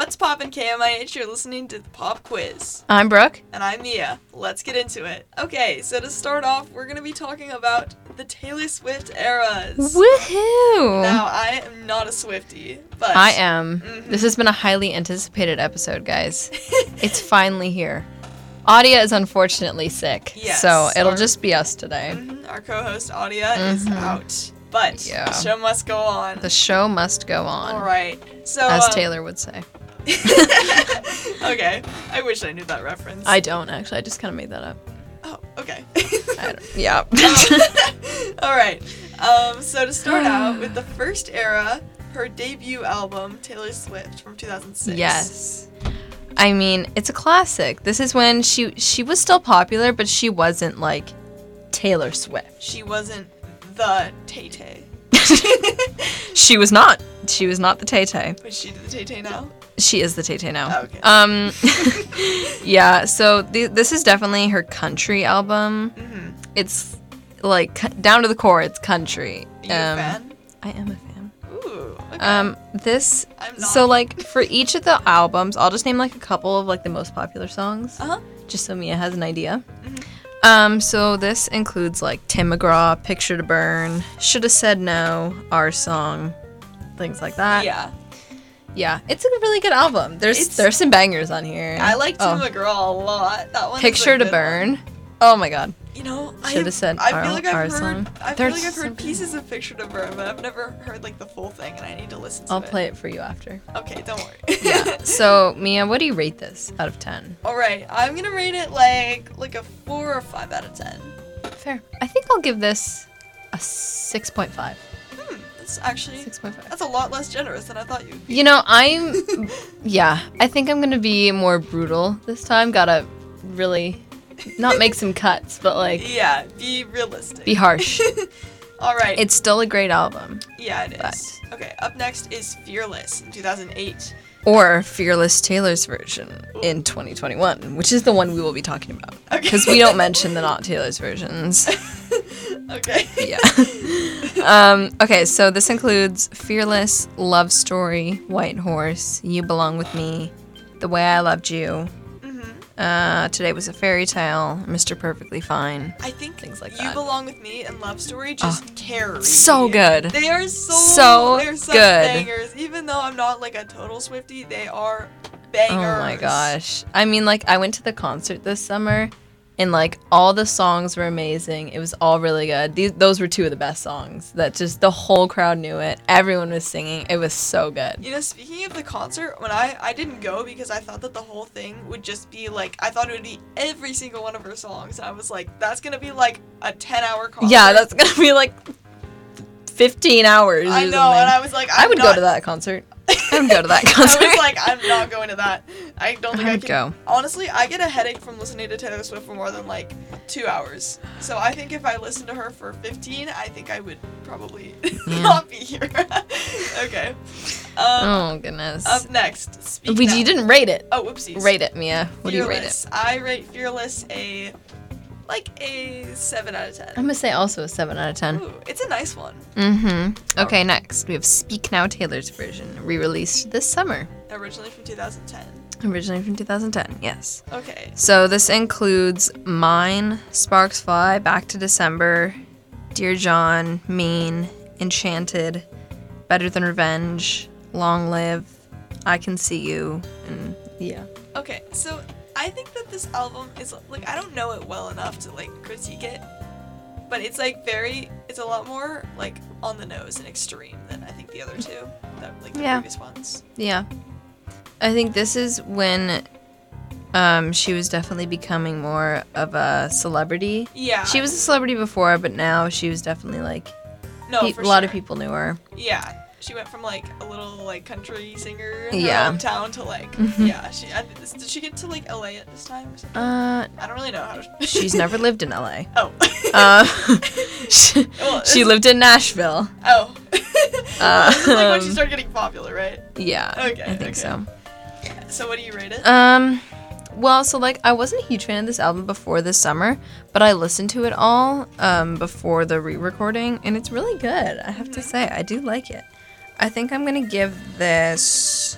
on KMIH. You're listening to the Pop Quiz. I'm Brooke. And I'm Mia. Let's get into it. Okay, so to start off, we're going to be talking about the Taylor Swift eras. Woohoo! Now, I am not a Swifty, but. I am. Mhm. This has been a highly anticipated episode, guys. it's finally here. Audia is unfortunately sick, Yes, so it'll our- just be us today. Mhm, Our co host, Audia, is Mhm. out. But Yeah. the show must go on. The show must go on, All right. So. as um, Taylor would say. okay. I wish I knew that reference. I don't actually. I just kind of made that up. Oh. Oh, okay. I don't, yeah. All right. Um, so to start out with the first era, her debut album, Taylor Swift from 2006. Yes. I mean, it's a classic. This is when she she was still popular, but she wasn't like Taylor Swift. She wasn't the Tay Tay, She was not. She was not the Tay Tay. but she did the Tay Tay Um, now. She is the Tay Tay now. Oh, Okay. Um, yeah. So th- this is definitely her country album. Mm-hmm. It's like cu- down to the core. It's country. Um, Are you a fan? I am a fan. Ooh. Okay. Um, this. I'm not. So like for each of the albums, I'll just name like a couple of like the most popular songs, Uh-huh. just so Mia has an idea. Mhm. Um, so this includes like Tim McGraw, Picture to Burn, Shoulda Said No, Our Song, things like that. yeah. Yeah, it's a really good album. There's It's- there's some bangers on here. I like Tim Oh. McGraw a lot. That one's a Picture to good one. Burn. Oh my god. You know, I Should've said I our- feel like our I've heard song. I feel There's like I've heard something- pieces of Picture to Burn, but I've never heard like the full thing, and I need to listen to I'll it. play it for you after. Okay, don't worry. So, Mia, what do you rate this out of 10? All right, I'm gonna rate it like like a four or five out of ten. Fair. I think I'll give this a 6.5. Hmm, that's actually 6.5. that's a lot less generous than I thought you'd. You know, I'm yeah, I think I'm going to be more brutal this time. Got to really not make some cuts, but like Yeah, be realistic. be harsh. All right. It's still a great album. yeah, it is. Okay, up next is Fearless in 2008. Or Fearless Taylor's version in 2021, which is the one we will be talking about. Okay. Because we don't mention the not Taylor's versions. Okay. yeah. um, okay, so this includes Fearless, Love Story, White Horse, You Belong With Me, The Way I Loved You, Mhm. uh, Today Was a Fairy Tale, Mr. Perfectly Fine. I think Things like you that. Ah, belong with me and Love Story just carry. So good. They are so So they're such good. bangers. Even though I'm not like a total Swifty, they are Oh bangers. my gosh. I mean, like, I went to the concert this summer. And like all the songs were amazing. It was all really good. These those were two of the best songs that just the whole crowd knew it. Everyone was singing. It was so good. You know, speaking of the concert, when I I didn't go because I thought that the whole thing would just be like I thought it would be every single one of her songs, and I was like, that's gonna be like a ten hour concert. Yeah, that's gonna be like fifteen hours. I or know, something. and I was like, I'm I would go not- to that concert. I would go to that concert. I was like, I'm not going to that. I don't think I, I would can go. Honestly, I get a headache from listening to Taylor Swift for more than like two hours. So I think if I listened to her for 15, I think I would probably Yeah. not be here. okay. Um, oh goodness. Up next, Speak we Now. you didn't rate it. Oh, whoopsies. Rate it, Mia. What do you rate it? Fearless. I rate Fearless a like a seven out of I'm 10 gonna say also a seven out of ten. Ooh, it's a nice one. Mm-hmm. Okay, next we have Speak Now Taylor's version, re-released this summer, Originally from 2010. originally from 2010. Yes. Okay. So this includes Mine, Sparks Fly, Back to December, Dear John, Mean, Enchanted, Better Than Revenge, Long Live, I Can See You, and yeah. Okay, so I think that this album is like I don't know it well enough to like critique it, but it's like very it's a lot more like on the nose and extreme than I think the other two that like the Yeah. previous ones. Yeah. I think this is when um, she was definitely becoming more of a celebrity. Yeah, She was a celebrity before, but now she was definitely like no pe- Oh, for a lot of sure. people knew her. Yeah, she went from like a little like country singer in her Yeah. hometown to like Mhm. yeah. She I, this- did she get to like LA at this time or something? Uh, I don't really know how. To, she's never lived in LA. oh. Uh, she, Well, she it's- lived in Nashville. oh. this is like when she Um, started getting popular, right? Yeah, Okay, I think okay. so. So what do you rate it? Um, well, so like I wasn't a huge fan of this album before this summer, but I listened to it all um, before the re-recording, and it's really good. I have to Mhm. say, I do like it. I think I'm gonna give this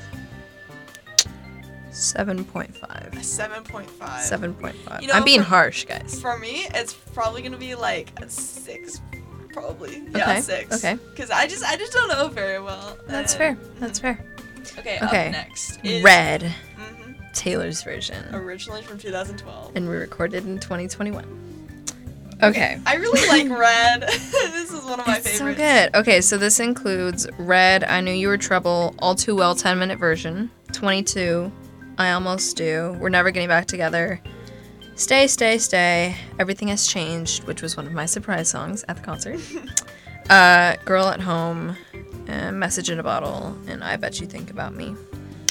a 7.5. 7.5. 7.5. You know, I'm being for- harsh, guys. For me, it's probably gonna be like a six, probably. Yeah, Okay, six. okay. Because I just I just don't know very well. That's and- fair. That's fair. Okay. Okay. Up next is Red, hmm Mm-hmm. Taylor's version. originally from 2012. And we recorded in 2021. Okay. I really like Red. this is one of my It's so favorites. good. Okay, so this includes Red, I Knew You Were Trouble, All Too Well 10 minute version, 22, I Almost Do, We're Never Getting Back Together, Stay, Stay, Stay, Everything Has Changed, which was one of my surprise songs at the concert, uh, Girl at Home, and Message in a Bottle, and I Bet You Think About Me.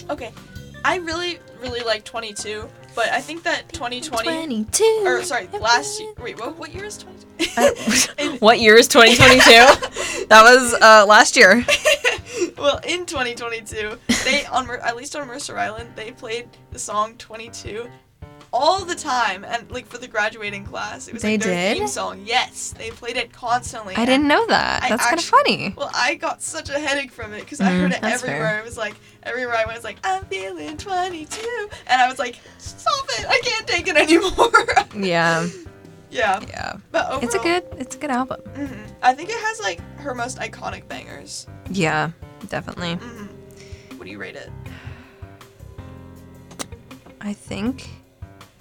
Okay. I really really like 22, but I think that 2020 22. or sorry last year. Wait, what, what year is 22? what year is 2022? that was uh, last year. well, in 2022, they on Mer- at least on Mercer Island, they played the song 22 all the time, and like for the graduating class, it was like They their theme did? song. Yes, they played it constantly. I didn't know that. I That's kind of actu- funny. Well, I got such a headache from it because I Mm, heard it that's fair. everywhere. It was like everywhere I went, it was like I'm feeling 22, and I was like, stop it! I can't take it anymore. Yeah, yeah, yeah. but overall, It's a good, it's a good album. mhm. I think it has like her most iconic bangers. Yeah, definitely. Mhm. What do you rate it? I think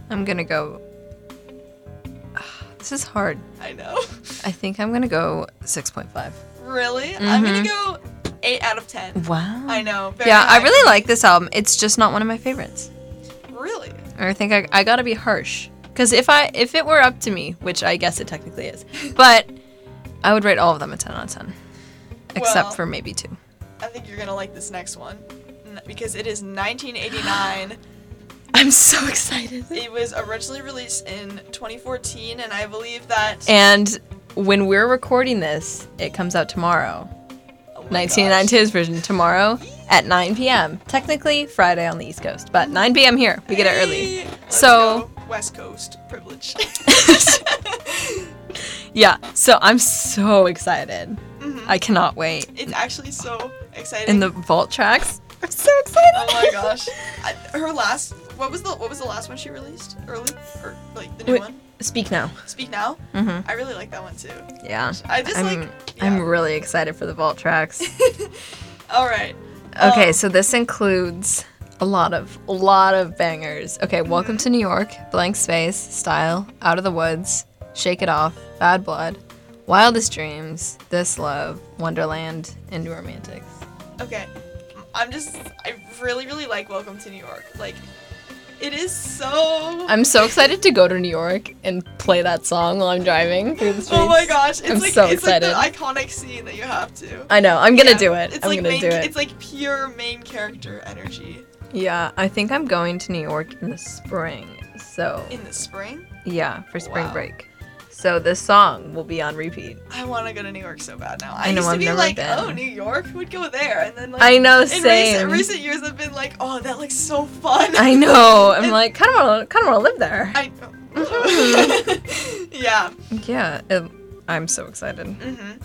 I'm gonna go. Ah, This is hard. I know. I think I'm gonna go 6.5. Really? I'm gonna Mhm. go eight out of ten. Wow. I know. very Yeah, I high. really like this album. It's just not one of my favorites. Really? I think I, I gotta be harsh because if I if it were up to me, which I guess it technically is, but I would rate all of them a 10 out of 10, except Well. for maybe two. I think you're gonna like this next one N- because it is 1989. I'm so excited. it was originally released in 2014, and I believe that And when we're recording this, it comes out tomorrow. Oh my gosh. 1992's version tomorrow at 9 p.m. Technically Friday on the East Coast, but 9 p.m. here. We get it early. Hey, let's So- go. West Coast privilege. Yeah, so I'm so excited. Mhm. I cannot wait. It's actually so exciting. And the vault tracks. I'm so excited. oh my gosh, I, her last. What was the What was the last one she released? Early or like the new Wait. one? Speak now. Speak now. hmm I really like that one too. Yeah. I just I'm, like. I'm yeah. really excited for the vault tracks. All right. Okay, Um, so this includes a lot of a lot of bangers. Okay, Welcome to New York, Blank Space, Style, Out of the Woods, Shake It Off, Bad Blood, Wildest Dreams, This Love, Wonderland, and New Romantics. Okay. I'm just I really really like Welcome to New York. Like it is so I'm so excited to go to New York and play that song while I'm driving through the streets. Oh my gosh, it's I'm like so it's like excited. the iconic scene that you have to. I know. I'm gonna Yeah, do it. It's I'm like gonna main, do it. It's like pure main character energy Yeah, I think I'm going to New York in the spring. So in the spring. yeah, for spring Wow. break. So this song will be on repeat. I want to go to New York so bad now. I, I know, used to I've be never like, been. oh, New York, who'd go there? And then like I know, in same. recent, recent years, I've been like, oh, that looks so fun. I know. I'm And- like, kind of want to, kind of want to live there. I know. yeah. yeah, it, I'm so excited. Mm-hmm.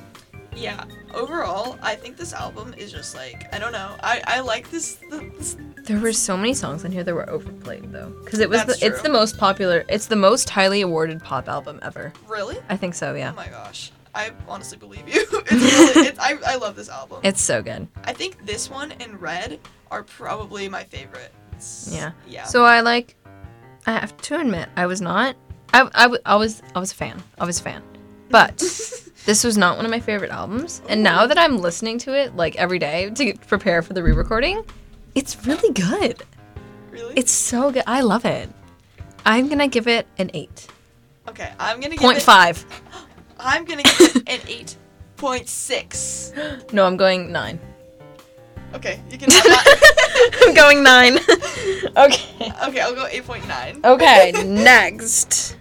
Yeah. Overall, I think this album is just like I don't know. I I like this. this There were so many songs in here that were overplayed though, because it was the, That's it's true. the most popular, it's the most highly awarded pop album ever. really? I think so. Oh Yeah, my gosh. I honestly believe you. it's really, it's, I I love this album. it's so good. I think this one and Red are probably my favorites. Yeah. Yeah. So I like. I have to admit, I was not. I, I, w- I was I was a fan. I was a fan, but this was not one of my favorite albums. And now that I'm listening to it like every day to prepare for the re-recording, it's really good. really? It's so good. I love it. I'm gonna give it an eight okay. I'm gonna give point it, five. I'm gonna give it an eight point six. No, I'm going nine. Okay, you can. Have that. I'm going nine. okay. okay, I'll go eight point nine. Okay. Next,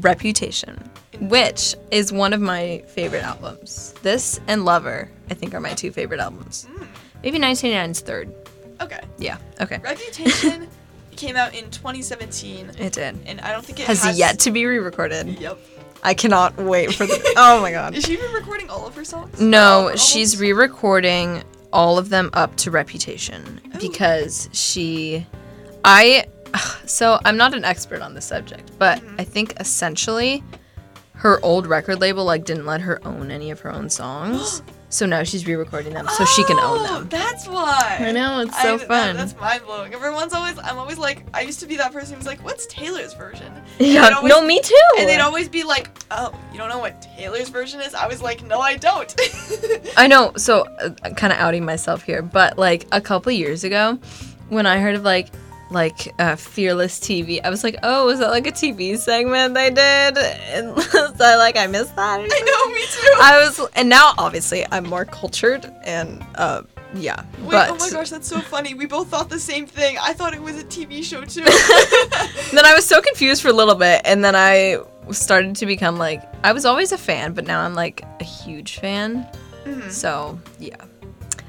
Reputation, which is one of my favorite albums. This and Lover, I think, are my two favorite albums. Hmm. Maybe 1989's third. okay. Yeah. Okay. Reputation came out in 2017, It did. and I don't think it Has has, yet to be re-recorded. Yep. I cannot wait for the. Oh my god. Is she even recording all of her songs? All of No, her she's albums? re recording all of them up to Reputation Oh. because she. I so I'm not an expert on the subject, but Mm-hmm. I think essentially her old record label like didn't let her own any of her own songs. so now she's re-recording them so she can own Oh, them. That's why. I know, it's so that- fun. that's mind blowing. Everyone's always, I'm always like, I used to be that person who's like, what's Taylor's version? Yeah, they'd always- no me too. And they'd always be like, oh, you don't know what Taylor's version is? I was like, no, I don't. I know. So, uh, kind of outing myself here, but like a couple years ago, when I heard of like like uh, fearless TV, I was like, oh, is that like a TV segment they did? And so like I missed that. or I know, me too. I was, and now obviously I'm more cultured and uh, yeah. Wait, but oh my gosh, that's so funny. We both thought the same thing. I thought it was a TV show too. then I was so confused for a little bit, and then I started to become like I was always a fan, but now I'm like a huge fan. Mhm. So yeah.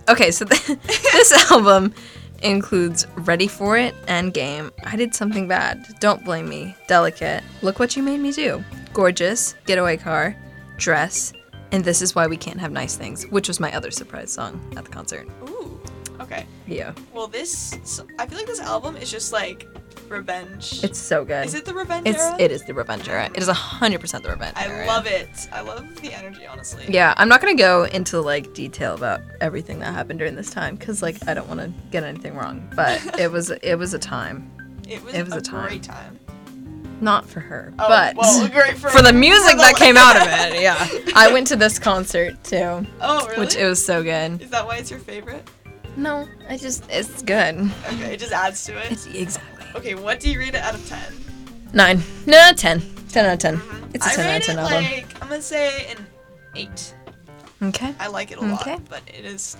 Okay, so th- this album includes "Ready for It" and "Game." I did something bad. Don't blame me. Delicate. Look what you made me do. Gorgeous. Getaway car. Dress. And this is why we can't have nice things, which was my other surprise song at the concert. Ooh. Okay. Yeah, Well, this, so- I feel like this album is just like revenge. it's so good. is it the revenge It's era? it is the revenge era. It is hundred percent the revenge I era. love it. I love the energy, honestly. Yeah, I'm not gonna go into like detail about everything that happened during this time because like I don't want to get anything wrong. But it was it was a time, It was, It was a, a time. great time. not for her, Oh, but well, great for, for the music for the- that came out of it. Yeah, I went to this concert too, oh, really? which it was so good. Is that why it's your favorite? No, I just it's good. Okay, it just adds to it. It's exactly Okay, what do you rate it out of 10? nine, no, ten. 10 out of 10. It's a Uh-huh. I 10 out rate of 10 it album. like, I'm gonna say an 8. okay. I like it a Okay. lot, but it is.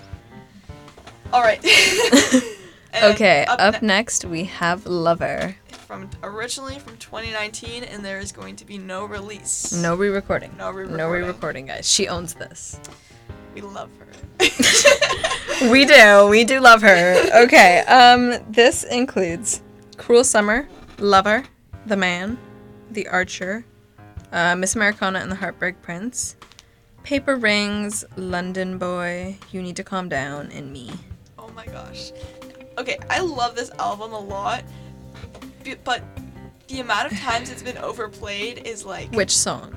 Alright. And Okay, up up, ne- next we have Lover. from originally from 2019, and there is going to be no release. No re recording. No re-recording. No re recording, guys. She owns this. We love her. We do. We do love her. Okay. Um, this includes Cruel Summer, Lover, The Man, The Archer, uh, Miss Americana and the Heartbreak Prince, Paper Rings, London Boy, You Need to Calm Down, and Me. Oh my gosh. Okay, I love this album a lot, b- but the amount of times it's been overplayed is like Which song?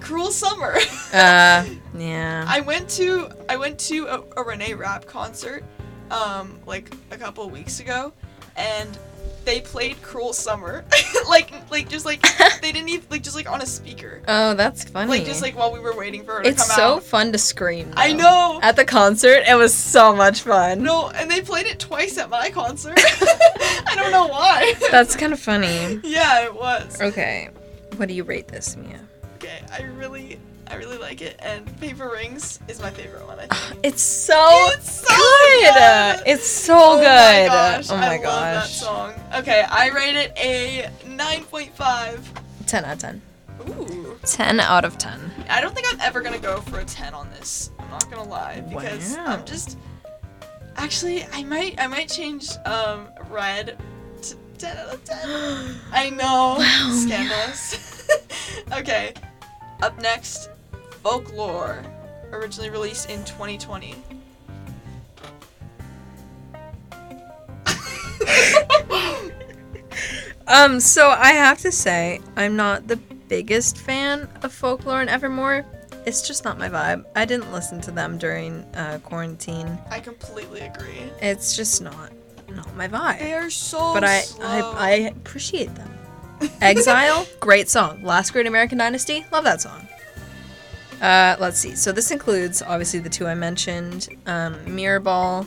cruel summer. Uh, yeah. I went to I went to a, a Renee Rapp concert, um, like a couple weeks ago, and they played "Cruel Summer," like like just like they didn't even like just like on a speaker, Oh, that's funny. like just like while we were waiting for her to it's come so Uh, out. fun to scream. I though. know. At the concert, it was so much fun. no, and they played it twice at my concert. I don't know why. That's kind of funny. yeah, it was. Okay. What do you rate this, Mia? Okay, I really I really like it, and Paper Rings is my favorite one. I think. It's so It's so Oh, good. Uh, good. It's so good. Oh my gosh, oh my I gosh. love that song. Okay, I rate it a 9.5. 10 out of 10. Ooh. 10 out of 10. I don't think I'm ever gonna go for a 10 on this. I'm not gonna lie because Wow. I'm just. Actually, I might I might change um red to 10 out of 10. I know. Wow. Scandalous. okay. Up next, Folklore, originally released in 2020. Um, so I have to say, I'm not the biggest fan of folklore and evermore. It's just not my vibe. I didn't listen to them during uh, quarantine. I completely agree. It's just not not my They vibe. are Oh, so But I, slow. I I appreciate them. Exile, great song. Last Great American Dynasty, love that song. Uh, let's see. So this includes obviously the two I mentioned: um, Mirrorball,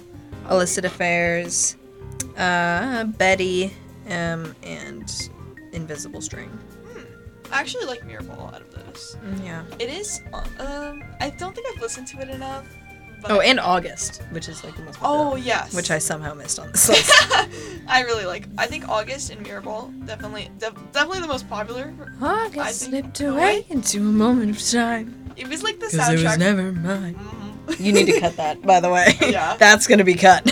Illicit Affairs, uh, Betty, um, and Invisible String. I actually like Mirrorball out of those. Yeah. It is. uh, Um, I don't think I've listened to it enough. But Oh, and August, which is like the most. Popular, oh yes. Which I somehow missed on this list. I really like. I think August and Mirrorball definitely, def- definitely the most popular. I August think- slipped no, away into a moment of time. It was like the Cause it was soundtrack. never mine. Mhm. You need to cut that, by the way. Yeah. That's gonna be cut.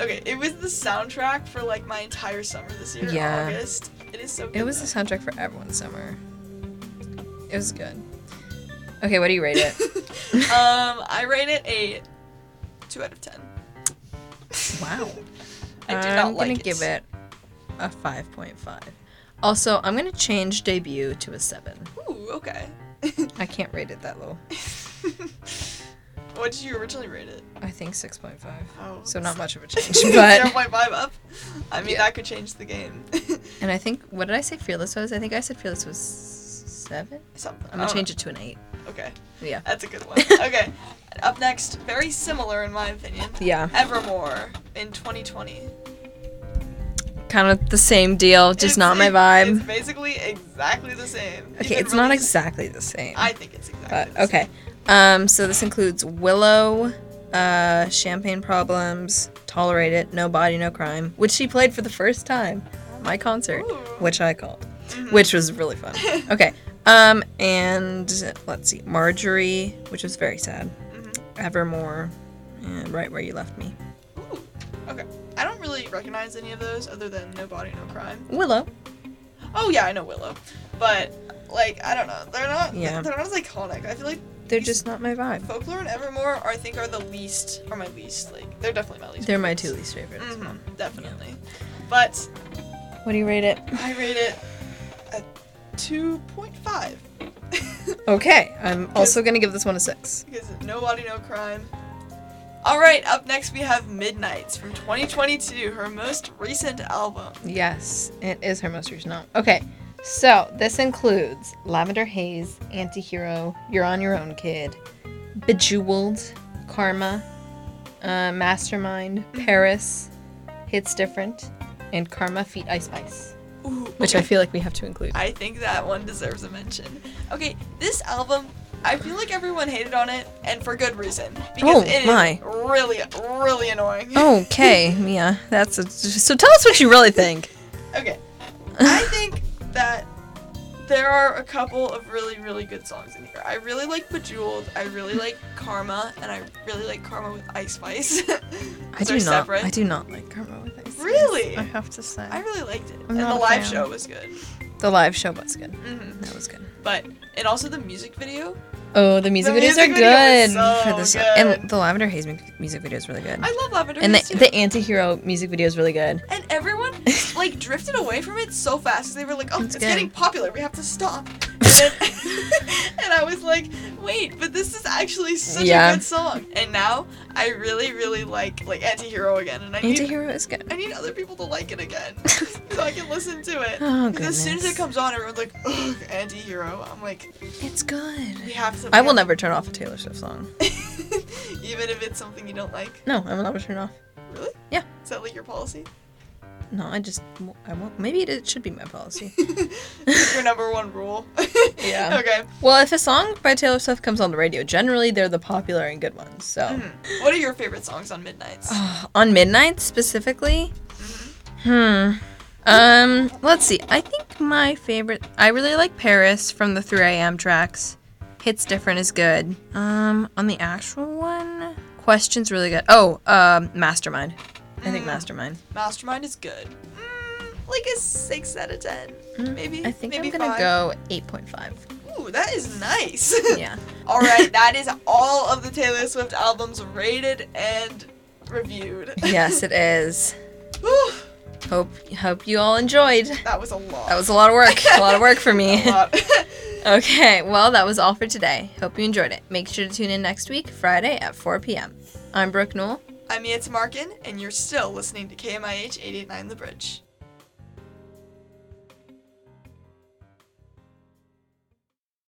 okay, it was the soundtrack for like my entire summer this year. Yeah. August. It is so. Good it was the soundtrack for everyone's summer. It was good. Okay, what do you rate it? um, I rate it a two out of ten. Wow. I did am not gonna like it. give it a 5.5. Also, I'm gonna change debut to a seven. Ooh, okay. I can't rate it that low. What did you originally rate it? I think 6.5. Oh, So not much of a change, but 0.5 up. I mean, Yeah. that could change the game. and I think what did I say? Fearless was. I think I said fearless was seven. Something. I'm gonna change it to an eight. it. Okay, Yeah. that's a good one. Okay, up next, very similar in my opinion. Yeah. Evermore in 2020. Kind of the same deal, just It's- not my it- It's vibe. basically exactly the same. You Okay, could it's not release- exactly the same. I think it's exactly. But the okay. Um, so this includes Willow, uh, Champagne Problems, Tolerate It, No Body, No Crime, which she played for the first time. My concert, Ooh. which I called, same. Mhm. which was really fun. Okay. Um, and let's see, Marjorie, which was very sad. Mhm. Evermore, and Right Where You Left Me. Ooh. Mm-hmm. Okay. I don't really recognize any of those other than No Body, No Crime. Willow. Oh yeah, I know Willow, but like I don't know, they're not. Yeah. They're not as iconic. I feel like They're just not my vibe. Folklore and Evermore are I think are the least, are my least like. They're definitely my least. They're my two least favorites. hmm definitely. But What do you rate it? I rate it a two point five Okay, I'm also gonna give this one a six. because No Body, No Crime. All right, up next we have Midnight's from 2022, her most recent album. Yes, it is her most recent album. Okay, so this includes Lavender Haze, Antihero, You're On Your Own Kid, Bejeweled, Karma, uh, Mastermind, Paris, Hits Different, and Karma Feet Ice Spice, Ooh, which I feel like we have to include. I think that one deserves a mention. Okay, this album, I feel like everyone hated on it, and for good reason. Because Oh, it is my. Oh, really, really annoying. Okay, Mia, that's a, so. Tell us what you really think. Okay. I think that there are a couple of really, really good songs in here. I really like Bejeweled, I really like Karma, and I really like Karma with Ice Spice. I do not. Separate. I do not like Karma with Ice. Spice, Really? I have to say, I really liked it. I'm and not the a live fan. show was good. the live show was good. hmm That was good. But, and also the music video. Oh, the music The videos music are video good is so for this, good. and the Lavender Haze mu- music video is really good. I love Lavender and Haze the too. the anti-hero music video is really good. And everyone like drifted away from it so fast 'cause they were like, "Oh, It's it's, good. getting popular. We have to stop." And, then, and I was like, "Wait, but this is actually such Yeah. a good song." And now I really, really like like Antihero again, and I need Anti-hero is good. I need other people to like it again so I can listen to it. Oh 'Cause as soon as goodness, it comes on, everyone's like, "Ugh, Antihero." I'm like, it's "We good. have to." I will never turn off a Taylor Swift song. Even if it's something you don't like, No, I will never turn off. really? Yeah. Is that like your policy? No, I just w- I won't. Maybe it, it should be my policy. your number one rule? Yeah. Okay. well, if a song by Taylor Swift comes on the radio, generally they're the popular and good ones. So Mhm. What are your favorite songs on Midnight's? on midnight specifically, hmm. Um, let's see. I think my favorite. I really like Paris from the 3 a.m. tracks. Hits different is good. Um, on the actual one, questions really good. Oh, um, Mastermind. I think Mm. Mastermind. Mastermind is good. Mm, like a six out of ten, maybe. Hmm, I think maybe I'm gonna five. go 8.5. Ooh, that is nice. Yeah. all right, that is all of the Taylor Swift albums rated and reviewed. yes, it is. Whew, Hope hope you all enjoyed. that was a lot. That was a lot of work. A lot of work for me. a lot. Okay, well, that was all for today. Hope you enjoyed it. Make sure to tune in next week, Friday at 4 p.m. I'm Brooke Newell. I'm Yates Markin, and you're still listening to KMIH 889 The Bridge.